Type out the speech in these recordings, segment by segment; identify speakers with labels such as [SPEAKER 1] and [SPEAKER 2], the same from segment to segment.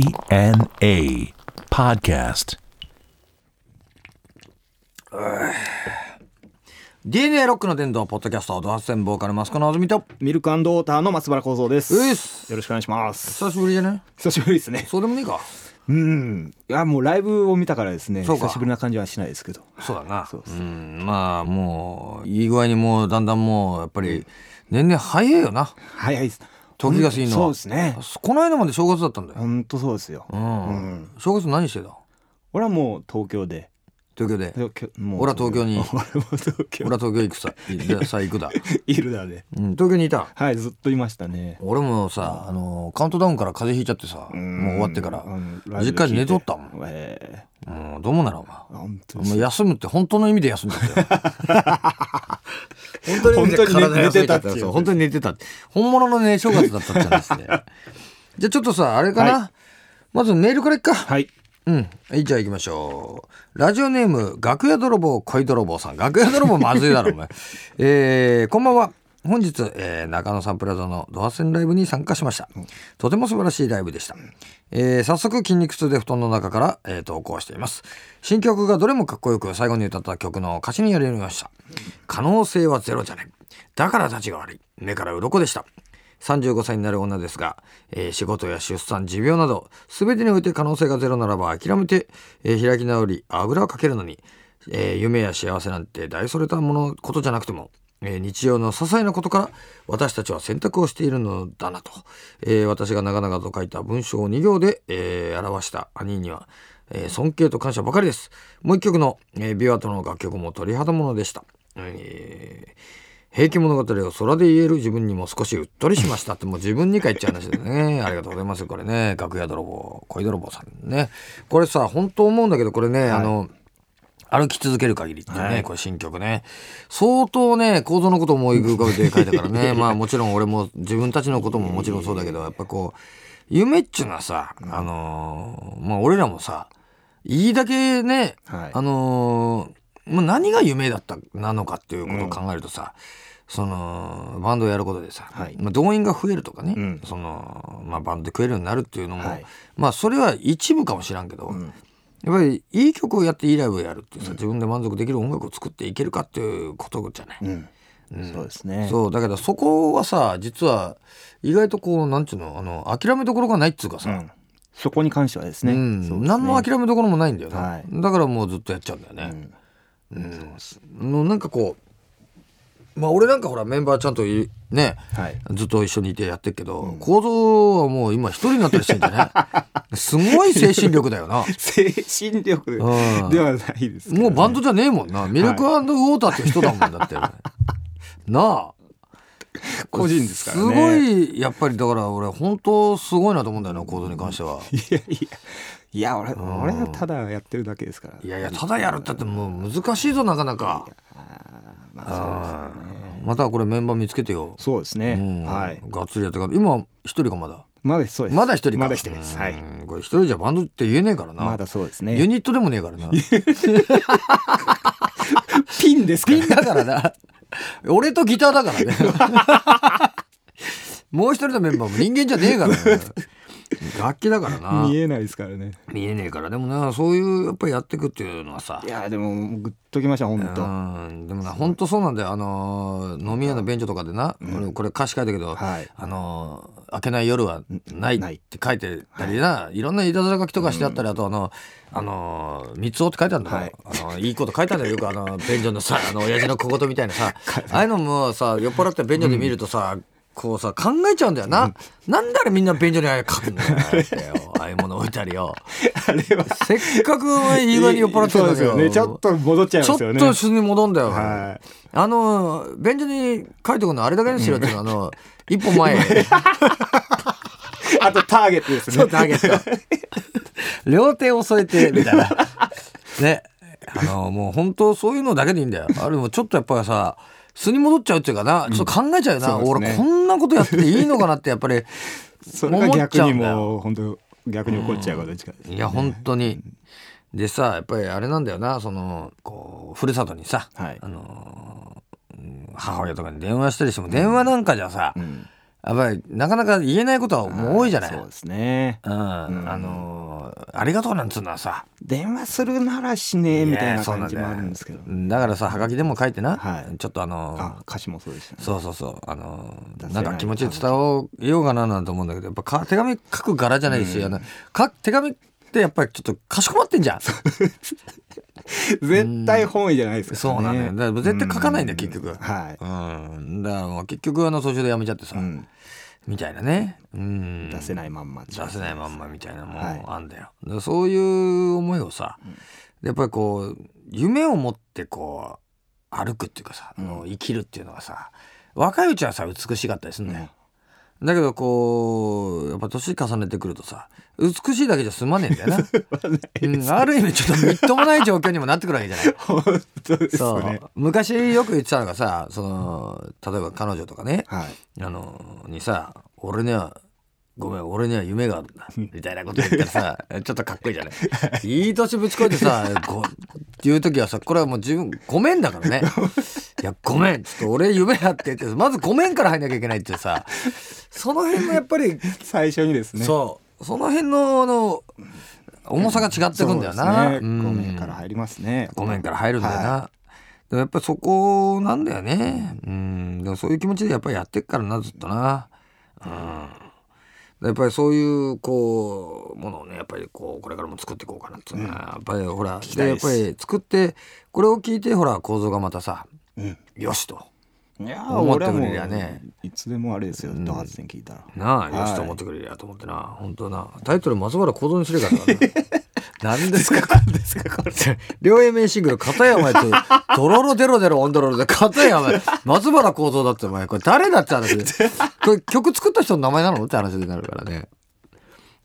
[SPEAKER 1] DNA Podcast.
[SPEAKER 2] DNA ロックの伝道ポッドキャストドハツ戦ボーカルマスコのあずみと
[SPEAKER 3] ミルクウォーターの松原幸三です。
[SPEAKER 2] うっ
[SPEAKER 3] よ
[SPEAKER 2] す
[SPEAKER 3] ろしくお願いします。
[SPEAKER 2] 久しぶりじゃない
[SPEAKER 3] 久しぶりですね。
[SPEAKER 2] そうでもねえか
[SPEAKER 3] うん。いや、もうライブを見たからですね。
[SPEAKER 2] そうか
[SPEAKER 3] 久しぶりな感じはしないですけど。
[SPEAKER 2] そうだな
[SPEAKER 3] そうそう
[SPEAKER 2] うんまあもういい具合にもうだんだんもうやっぱり年々早いよな
[SPEAKER 3] 早いです。
[SPEAKER 2] 時が過ぎるのは
[SPEAKER 3] そうですね。
[SPEAKER 2] この間まで正月だったんだよ、
[SPEAKER 3] 本当そうですよ。
[SPEAKER 2] うん
[SPEAKER 3] うん
[SPEAKER 2] 正月何してた
[SPEAKER 3] 俺はもう東京で。
[SPEAKER 2] 東京で
[SPEAKER 3] 東京もう
[SPEAKER 2] 俺は東京に
[SPEAKER 3] 俺も東京。
[SPEAKER 2] 俺は東京行くさいでさ行くだ、
[SPEAKER 3] いるだで。
[SPEAKER 2] うん、東京にいた
[SPEAKER 3] はい、ずっといましたね。
[SPEAKER 2] 俺もさあのカウントダウンから風邪ひいちゃってさもう終わってから
[SPEAKER 3] うん
[SPEAKER 2] 実家に寝とったもん。
[SPEAKER 3] え
[SPEAKER 2] もうどうもならお前
[SPEAKER 3] え本当
[SPEAKER 2] お
[SPEAKER 3] に。
[SPEAKER 2] 前休むって本当の意味で休んでたよ。 本当
[SPEAKER 3] の意味で体休め
[SPEAKER 2] て
[SPEAKER 3] てたっていう
[SPEAKER 2] 本当に寝てたって。本物のね、正月だったって話 で。じゃあちょっとさ、あれかな、
[SPEAKER 3] は
[SPEAKER 2] まずメールからいっか。
[SPEAKER 3] はい。
[SPEAKER 2] うん。はい、じゃあ行きましょう。ラジオネーム、楽屋泥棒、恋泥棒さん。楽屋泥棒まずいだろ、お前。えー、こんばんは。本日、えー中野サンプラザのドハセンライブに参加しました。とても素晴らしいライブでした。えー早速、筋肉痛で布団の中から、えー投稿しています。新曲がどれもかっこよく、最後に歌った曲の歌詞にやりました。可能性はゼロじゃない。だから立ちが悪い。目から鱗でした。35歳になる女ですが、えー仕事や出産持病など全てにおいて可能性がゼロならば諦めて、えー開き直りあぐらをかけるのに、えー夢や幸せなんて大それたものことじゃなくても、えー日常の些細なことから私たちは選択をしているのだなと、えー私が長々と書いた文章を2行で、えー表した兄には、えー尊敬と感謝ばかりですもう一曲の、えービワとの楽曲も鳥肌ものでした、えー平家物語を空で言える自分にも少しうっとりしましたってもう自分にかいっちゃう話だよねありがとうございますこれね 楽屋泥棒恋泥棒さんねこれさ本当思うんだけどこれね、あの歩き続ける限りっていうね、これ新曲ね相当ね構造のことを思い浮かべて書いたからねまあもちろん俺も自分たちのことももちろんそうだけどやっぱこう夢っちゅうのはさ、あのーまあ俺らもさいいだけね、
[SPEAKER 3] はい
[SPEAKER 2] あのーまあ、何が夢だったなのかっていうことを考えるとさ、そのバンドをやることでさ、
[SPEAKER 3] はい
[SPEAKER 2] まあ、動員が増えるとかね、
[SPEAKER 3] ん
[SPEAKER 2] そのまあ、バンドで食えるようになるっていうのも、
[SPEAKER 3] はい
[SPEAKER 2] まあそれは一部かもしらんけど、やっぱりいい曲をやっていいライブをやるっていうさ、自分で満足できる音楽を作っていけるかっていうことじゃない。
[SPEAKER 3] うん。そうですね。
[SPEAKER 2] そうだけどそこはさ実は意外とこうなんちゅうのあの諦めどころがないっつうかさ、
[SPEAKER 3] うん。そこに関してはですね。
[SPEAKER 2] うん
[SPEAKER 3] そうですね
[SPEAKER 2] 何の諦めどころもないんだよな、
[SPEAKER 3] はい
[SPEAKER 2] だからもうずっとやっちゃうんだよね、うんのなんかこうまあ俺なんかほらメンバーちゃんといね
[SPEAKER 3] はい。
[SPEAKER 2] ずっと一緒にいてやってるけど、構造はもう今一人になったりしてんじゃ ねすごい精神力だよ な
[SPEAKER 3] 精神力
[SPEAKER 2] うん
[SPEAKER 3] ではないですけどね、
[SPEAKER 2] もうバンドじゃねえもんなミルクウォーターって人だもんだ って、なあ
[SPEAKER 3] 個人ですから
[SPEAKER 2] す
[SPEAKER 3] ね。
[SPEAKER 2] ごいやっぱりだから俺本当すごいなと思うんだよな構造に関しては。
[SPEAKER 3] すごい。いやいや、いや俺、俺はただやってるだけですから。
[SPEAKER 2] いやいやただやるったってもう難しいぞなかなか。
[SPEAKER 3] まあ
[SPEAKER 2] うんまたこれメンバー見つけてよ。
[SPEAKER 3] そうですね。そうですね。はい。
[SPEAKER 2] がっつりやってから今一人かまだ。
[SPEAKER 3] まだそうです。
[SPEAKER 2] まだ一人か。
[SPEAKER 3] まだ一人です。は
[SPEAKER 2] う
[SPEAKER 3] い。
[SPEAKER 2] んこれ一人じゃバンドって言えねえからな。
[SPEAKER 3] まだそうです
[SPEAKER 2] ユ
[SPEAKER 3] ね。
[SPEAKER 2] ニットでもねえからな。
[SPEAKER 3] ピンですか
[SPEAKER 2] ピ
[SPEAKER 3] ら
[SPEAKER 2] ンだからな。 俺とギターだからね。 もう一人のメンバーも人間じゃねえからね。 楽器だからな。
[SPEAKER 3] 見えないですからね。
[SPEAKER 2] 見えねえからでもなそういうやっぱりやっていくっていうのはさ
[SPEAKER 3] いや、でも、グッときました、本当。
[SPEAKER 2] うんでもな本当そうなんだよあのー飲み屋の便所とかでな、俺これ歌詞書いたけど、
[SPEAKER 3] はい
[SPEAKER 2] あのー開けない夜はないっ
[SPEAKER 3] ない
[SPEAKER 2] て書いてたりな、い、ろんないたずら書きとかしてあったり、あとあの「あのー三つお」って書いてあるんだよ、
[SPEAKER 3] はい
[SPEAKER 2] あのーいいこと書いてあるんだよよくあの便所の さあの親父の小言みたいなさああいうのもさ酔っ払って便所で見るとさ、こうさ考えちゃうんだよな、なんであれみんな便所にあれ書くんだよあれ よああいうもの置いたりよ
[SPEAKER 3] あれは。
[SPEAKER 2] せっかくお前言い訳に酔っ払ってたん
[SPEAKER 3] そう
[SPEAKER 2] だ
[SPEAKER 3] で
[SPEAKER 2] け
[SPEAKER 3] すよ
[SPEAKER 2] ど
[SPEAKER 3] ね。ちょっと戻っちゃいますよね。
[SPEAKER 2] ちょっとに戻んだよ。
[SPEAKER 3] はい
[SPEAKER 2] あの、便所に書いておくのあれだけにしろっていうのは、あ の、一歩前。
[SPEAKER 3] あとターゲットです
[SPEAKER 2] そう
[SPEAKER 3] ね。
[SPEAKER 2] ターゲット。 両手を添えて、みたいな。 ね。あの、もう本当そういうのだけでいいんだよ。あれもちょっとやっぱりさ、素に戻っちゃうっていうかな、ちょっと考えちゃうよな。
[SPEAKER 3] そうですね
[SPEAKER 2] 俺こんなことやっていいのかなって、やっぱ り。
[SPEAKER 3] それが逆
[SPEAKER 2] 思
[SPEAKER 3] に
[SPEAKER 2] っちゃうんだ
[SPEAKER 3] もう、本当逆に怒っちゃうことに近いです。
[SPEAKER 2] いや、本当に。でさ、やっぱりあれなんだよな、その、こう、ふるさとにさ、
[SPEAKER 3] はい
[SPEAKER 2] あのーうん母親とかに電話したりしても、電話なんかじゃさ、やっぱりなかなか言えないことはもう多いじゃない。
[SPEAKER 3] そうですね
[SPEAKER 2] うん、あのーありがとうなんつうのはさ
[SPEAKER 3] 電話するならしねえみたいな感じもあるんですけど
[SPEAKER 2] うんだからさはがきでも書いてな、
[SPEAKER 3] はい
[SPEAKER 2] ちょっとあのー
[SPEAKER 3] あ歌詞もそうでしたね
[SPEAKER 2] そうそうそうあのー
[SPEAKER 3] 出せ
[SPEAKER 2] な
[SPEAKER 3] ない
[SPEAKER 2] んか気持ち伝えようかななんて思うんだけどやっぱか手紙書く柄じゃないし、あのか手紙ってやっぱりちょっとかしこまってんじゃん
[SPEAKER 3] 絶対本意じゃないですからね
[SPEAKER 2] そうなのよだから絶対書かないんだよ結局
[SPEAKER 3] はい
[SPEAKER 2] うんだからもう結局あの途中でやめちゃってさ、
[SPEAKER 3] うん
[SPEAKER 2] みたいなねうん
[SPEAKER 3] 出せないまんま
[SPEAKER 2] 出せないまんまみたいなも
[SPEAKER 3] はい
[SPEAKER 2] んあんだよ、だからそういう思いをさ、やっぱりこう夢を持ってこう歩くっていうかさ、あの生きるっていうのがさ若いうちはさ美しかったりするんだよ、だけどこうやっぱ年重ねてくるとさ美しいだけじゃ済まねえん だよなうんある意味ちょっとみっともない状況にもなってくるわけじゃない
[SPEAKER 3] 本当です
[SPEAKER 2] そう、
[SPEAKER 3] ね
[SPEAKER 2] 昔よく言ってたのがさその例えば彼女とかね
[SPEAKER 3] はい
[SPEAKER 2] あのにさ「俺にはごめん俺には夢があるんだ」みたいなこと言ったら さちょっとかっこいいじゃないいい年ぶちこいてさこういう時はさこれはもう自分「ごめん」だからね「いやごめんちょっと俺夢あって」ってまず「ごめん」から入んなきゃいけないってさその辺もやっぱり、
[SPEAKER 3] 最初にですね
[SPEAKER 2] そうその辺のあの重さが違ってくんだよな。
[SPEAKER 3] そうです
[SPEAKER 2] う
[SPEAKER 3] ね
[SPEAKER 2] ん
[SPEAKER 3] ごめんから入りますね
[SPEAKER 2] ごめんから入るんだよな。
[SPEAKER 3] は
[SPEAKER 2] でもやっぱりそこなんだよね。うん。だからそういう気持ちでやっぱりやってっからな、ずっとな。うん。やっぱりそういう、こう、ものをね、やっぱりこう、これからも作っていこうかなっていうのは、やっぱりほら、
[SPEAKER 3] きた
[SPEAKER 2] で、
[SPEAKER 3] い
[SPEAKER 2] や
[SPEAKER 3] で
[SPEAKER 2] っ
[SPEAKER 3] す
[SPEAKER 2] ぱり作って、これを聞いて、ほら、構造がまたさ、
[SPEAKER 3] うん
[SPEAKER 2] よしと。
[SPEAKER 3] いやー
[SPEAKER 2] 思っ
[SPEAKER 3] 俺
[SPEAKER 2] て
[SPEAKER 3] は
[SPEAKER 2] く
[SPEAKER 3] も
[SPEAKER 2] れりゃね
[SPEAKER 3] ういつでもあれですよドハツに聞いたら
[SPEAKER 2] なあ、
[SPEAKER 3] はい
[SPEAKER 2] よしと思ってくれりゃと思ってな。本当な。タイトル、松原構造にすればよかった な。何ですか何ですかこれ。 両 A 名シングル、片山やと、ドロロデロデロオンドロロで、片山や、松原構造だってお前、これ誰だって話で。これ曲作った人の名前なのって話になるからね。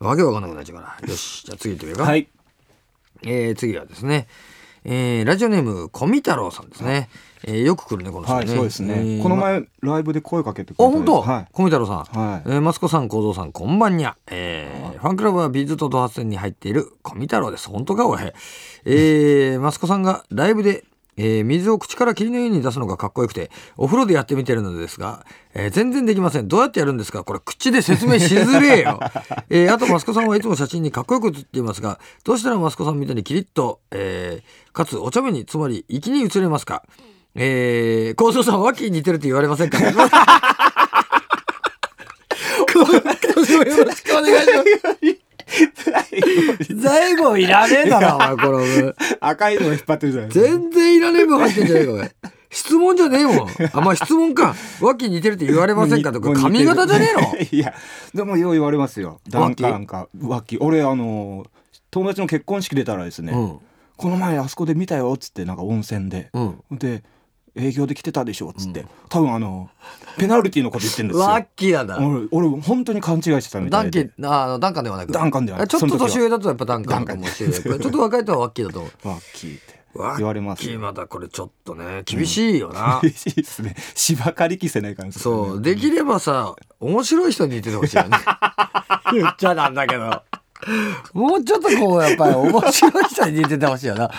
[SPEAKER 2] わけわかんなくなっちゃうから。よし、じゃあ次行ってみようか。
[SPEAKER 3] はい
[SPEAKER 2] えー次はですね、えーラジオネーム、小見太郎さんですね。えーよく来るね、この人ね。
[SPEAKER 3] はいそうです
[SPEAKER 2] え
[SPEAKER 3] ね
[SPEAKER 2] ー
[SPEAKER 3] この前ライブで声かけてく
[SPEAKER 2] あ、
[SPEAKER 3] れた
[SPEAKER 2] 本当。
[SPEAKER 3] はい
[SPEAKER 2] 小見太郎さん。
[SPEAKER 3] はい
[SPEAKER 2] えーマツコさん、幸三さん、こんばんにゃ。えーファンクラブはビーズとドハツに入っている小見太郎です。本当か、おい。 えー、マツコさんがライブで、えー水を口から霧のように出すのがかっこよくて、お風呂でやってみてるのですが、えー全然できません。どうやってやるんですかこれ、口で説明しづれえ よ。えーあと、マスコさんはいつも写真にかっこよく写っていますが、どうしたらマスコさんみたいにキリッと、えーかつお茶目に、つまり、粋に写れますかえー、幸三さん、脇に似てるって言われませんか 今年もよろしくお願いします。最後いらねえだろ、お前、この部。
[SPEAKER 3] 赤いのを引っ張ってるじゃないですか
[SPEAKER 2] 全然いらねえ分入ってんじゃねえか、お前。質問じゃねえもん。あ、まあ質問か。脇似てるって言われませんかとか、
[SPEAKER 3] もう似
[SPEAKER 2] 髪
[SPEAKER 3] てる
[SPEAKER 2] 型 じゃねえの
[SPEAKER 3] いやでもよう言われますよなん
[SPEAKER 2] 脇
[SPEAKER 3] かなんか脇俺あの友達の結婚式出たらですね、
[SPEAKER 2] うん
[SPEAKER 3] この前あそこで見たよっつってなんか温泉で、
[SPEAKER 2] うん
[SPEAKER 3] で営業で来てたでしょっつって、多分あのペナルティのこと言ってるんですよ
[SPEAKER 2] ワッキーなんだ。
[SPEAKER 3] 俺俺本当に勘違いしてたみ
[SPEAKER 2] ダ
[SPEAKER 3] た
[SPEAKER 2] ン
[SPEAKER 3] い
[SPEAKER 2] キ
[SPEAKER 3] で
[SPEAKER 2] ー、あの、ダンカンではなく。
[SPEAKER 3] ダンカンではなく
[SPEAKER 2] ちょっと
[SPEAKER 3] その時は
[SPEAKER 2] 年上だとやっぱダンカンかもしれない。ちょっと若いとはワッキーだと思う。
[SPEAKER 3] ワッキーって 言われま
[SPEAKER 2] ワッ
[SPEAKER 3] す
[SPEAKER 2] キー
[SPEAKER 3] よ
[SPEAKER 2] まだこれちょっとね、厳しいよ な。
[SPEAKER 3] 嬉しいですね芝刈り機せない感じですよね
[SPEAKER 2] そう、できればさ、面白い人に似ててほしいよね。 言っちゃなんだけど。もうちょっとこう、やっぱり面白い人に似ててほしいよな。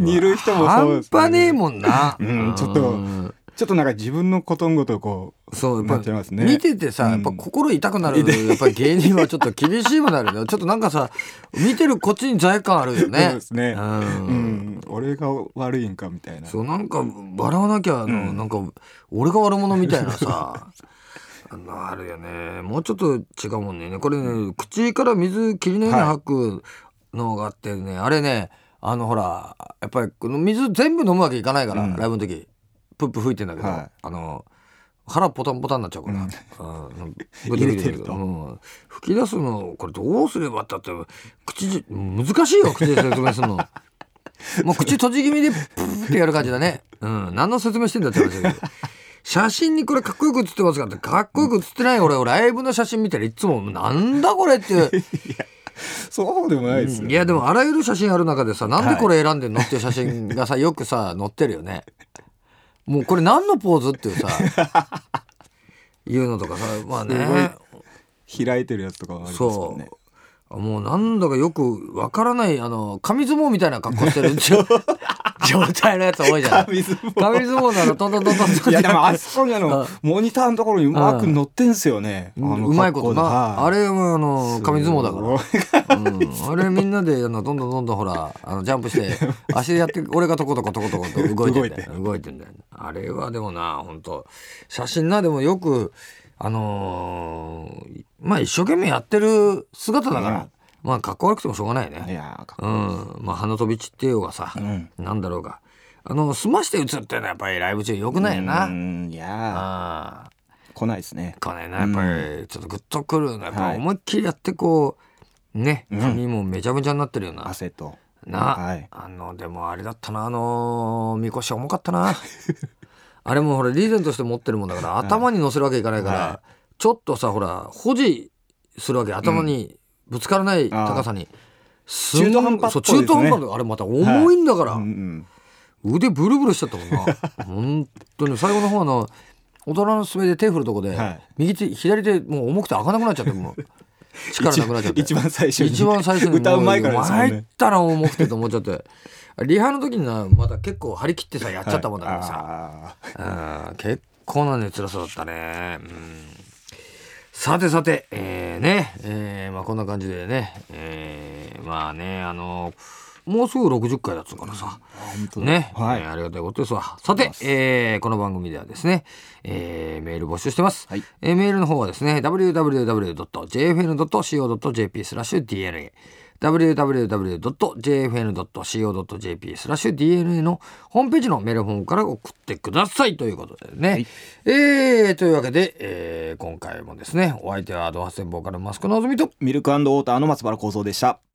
[SPEAKER 3] 似る人もそう
[SPEAKER 2] 半
[SPEAKER 3] ですね
[SPEAKER 2] 端ねえもんな。
[SPEAKER 3] うんちょっとちょっとなんか自分のことんごとこう
[SPEAKER 2] そう、や
[SPEAKER 3] な
[SPEAKER 2] っ
[SPEAKER 3] っちゃい
[SPEAKER 2] ぱ
[SPEAKER 3] ますね
[SPEAKER 2] 見ててさ、
[SPEAKER 3] うん
[SPEAKER 2] やっぱ心痛くなる、やっぱり芸人はちょっと厳しいもんなるよね。ちょっとなんかさ、見てるこっちに罪悪感あるよね。
[SPEAKER 3] そうですね
[SPEAKER 2] う。
[SPEAKER 3] うんん、俺が悪いんかみたいな
[SPEAKER 2] そう、なんか笑わなきゃ、あの、なんか、俺が悪者みたいな さ、あのあるよね。もうちょっと違うもんね。これね、口から水切りのように吐くのがあってね、あれね、あのほら、やっぱりこの水全部飲むわけいかないから、
[SPEAKER 3] うん
[SPEAKER 2] ライブの時、プップ吹いてんだけど、
[SPEAKER 3] はい
[SPEAKER 2] あの、腹ポタンポタンになっちゃうから、うん、ぐ
[SPEAKER 3] 入
[SPEAKER 2] る
[SPEAKER 3] れ
[SPEAKER 2] ぐ
[SPEAKER 3] て
[SPEAKER 2] る
[SPEAKER 3] ると
[SPEAKER 2] うん、吹き出すのこれどうすればったって口じ難しいよ口で説明す るのもう口閉じ気味でプーってやる感じだね、うん、何の説明してんだって話だけど写真にこれかっこよく写ってますかってかっこよく写ってない俺俺ライブの写真見たらいつもなんだこれって いう
[SPEAKER 3] そうでもないですよ、
[SPEAKER 2] いやでもあらゆる写真ある中でさなんでこれ選んでんのっていう写真がさよくさ載ってるよね。もうこれ何のポーズっていう さいうのとかさまあね
[SPEAKER 3] 開いてるやつとかもありますも
[SPEAKER 2] そ
[SPEAKER 3] んね
[SPEAKER 2] うもうなんだかよくわからないあの紙相撲みたいな格好してるじゃ状態のやつ多いじゃない
[SPEAKER 3] 紙相撲
[SPEAKER 2] 紙相撲ならトントントントントンって
[SPEAKER 3] いやでも
[SPEAKER 2] や
[SPEAKER 3] あ
[SPEAKER 2] る
[SPEAKER 3] そこにあ のモニターのところにうまく乗ってんすよね。あの
[SPEAKER 2] うまいこと
[SPEAKER 3] 格好で
[SPEAKER 2] な
[SPEAKER 3] はい
[SPEAKER 2] あれはあの紙相撲だから
[SPEAKER 3] すごい
[SPEAKER 2] うん、あれみんなであのどんどんどんどんほらあのジャンプして 足でやって俺がトコトコトコトコと動いてんだよ動いてんだよあれはでもな本当写真なでもよくあのーまあ一生懸命やってる姿だから、まあかっこ悪くてもしょうがないね
[SPEAKER 3] いやーかっこ
[SPEAKER 2] うんまあ花飛び散ってようがさ、
[SPEAKER 3] ん
[SPEAKER 2] なんだろうがあの澄まして打つってのはやっぱりライブ中よくないよな、
[SPEAKER 3] うんいや
[SPEAKER 2] ああ
[SPEAKER 3] ー来ないですね。
[SPEAKER 2] かねなやっぱりちょっとグッとくるのやっぱ
[SPEAKER 3] はい
[SPEAKER 2] 思いっきりやってこうね
[SPEAKER 3] うん
[SPEAKER 2] 髪もめちゃめちゃになってるよな、
[SPEAKER 3] 汗と。
[SPEAKER 2] な、
[SPEAKER 3] はい。
[SPEAKER 2] あのでもあれだったなあのみこし重かったな あれもほらリーゼントして持ってるもんだから頭に乗せるわけいかないから、
[SPEAKER 3] は
[SPEAKER 2] ちょっとさほら保持するわけ頭にぶつからない高さに、すん
[SPEAKER 3] 中途半端
[SPEAKER 2] そ
[SPEAKER 3] っ
[SPEAKER 2] う
[SPEAKER 3] ぽい
[SPEAKER 2] 中
[SPEAKER 3] ですね
[SPEAKER 2] 途半端のあれまた重いんだから、
[SPEAKER 3] うんうん。
[SPEAKER 2] 腕ブルブルしちゃったもん な本当に最後の方あの大人のすべで手振るとこで、
[SPEAKER 3] はい
[SPEAKER 2] 右手左手もう重くて開かなくなっちゃってもう力なくなっちゃって
[SPEAKER 3] 一番最初に。
[SPEAKER 2] 一番最初に
[SPEAKER 3] 歌う前からですもん
[SPEAKER 2] もう参っ
[SPEAKER 3] ね。
[SPEAKER 2] たら重くてと思っちゃってリハの時になまた結構張り切ってさやっちゃったもんだからさ、
[SPEAKER 3] さ。
[SPEAKER 2] うん結構な熱辛さだったねうんさてさてえー、ねえーまあこんな感じでねえーまあねあのもうすぐ60回だっつうからさ、
[SPEAKER 3] 本当だ
[SPEAKER 2] ね、
[SPEAKER 3] はい
[SPEAKER 2] えーありがたいことですわ。さて、えーこの番組ではですね、えーメール募集してます、
[SPEAKER 3] はい
[SPEAKER 2] えーメールの方はですね、www.jfn.co.jp スラッシュ DNA www.jfn.co.jp スラッシュ DNA のホームページのメールフォームから送ってくださいということでね。
[SPEAKER 3] い
[SPEAKER 2] えーというわけで、えー今回もですね、お相手はドハセンボーカルマスクのぞみと
[SPEAKER 3] ミルクウォーターの松原幸三でした。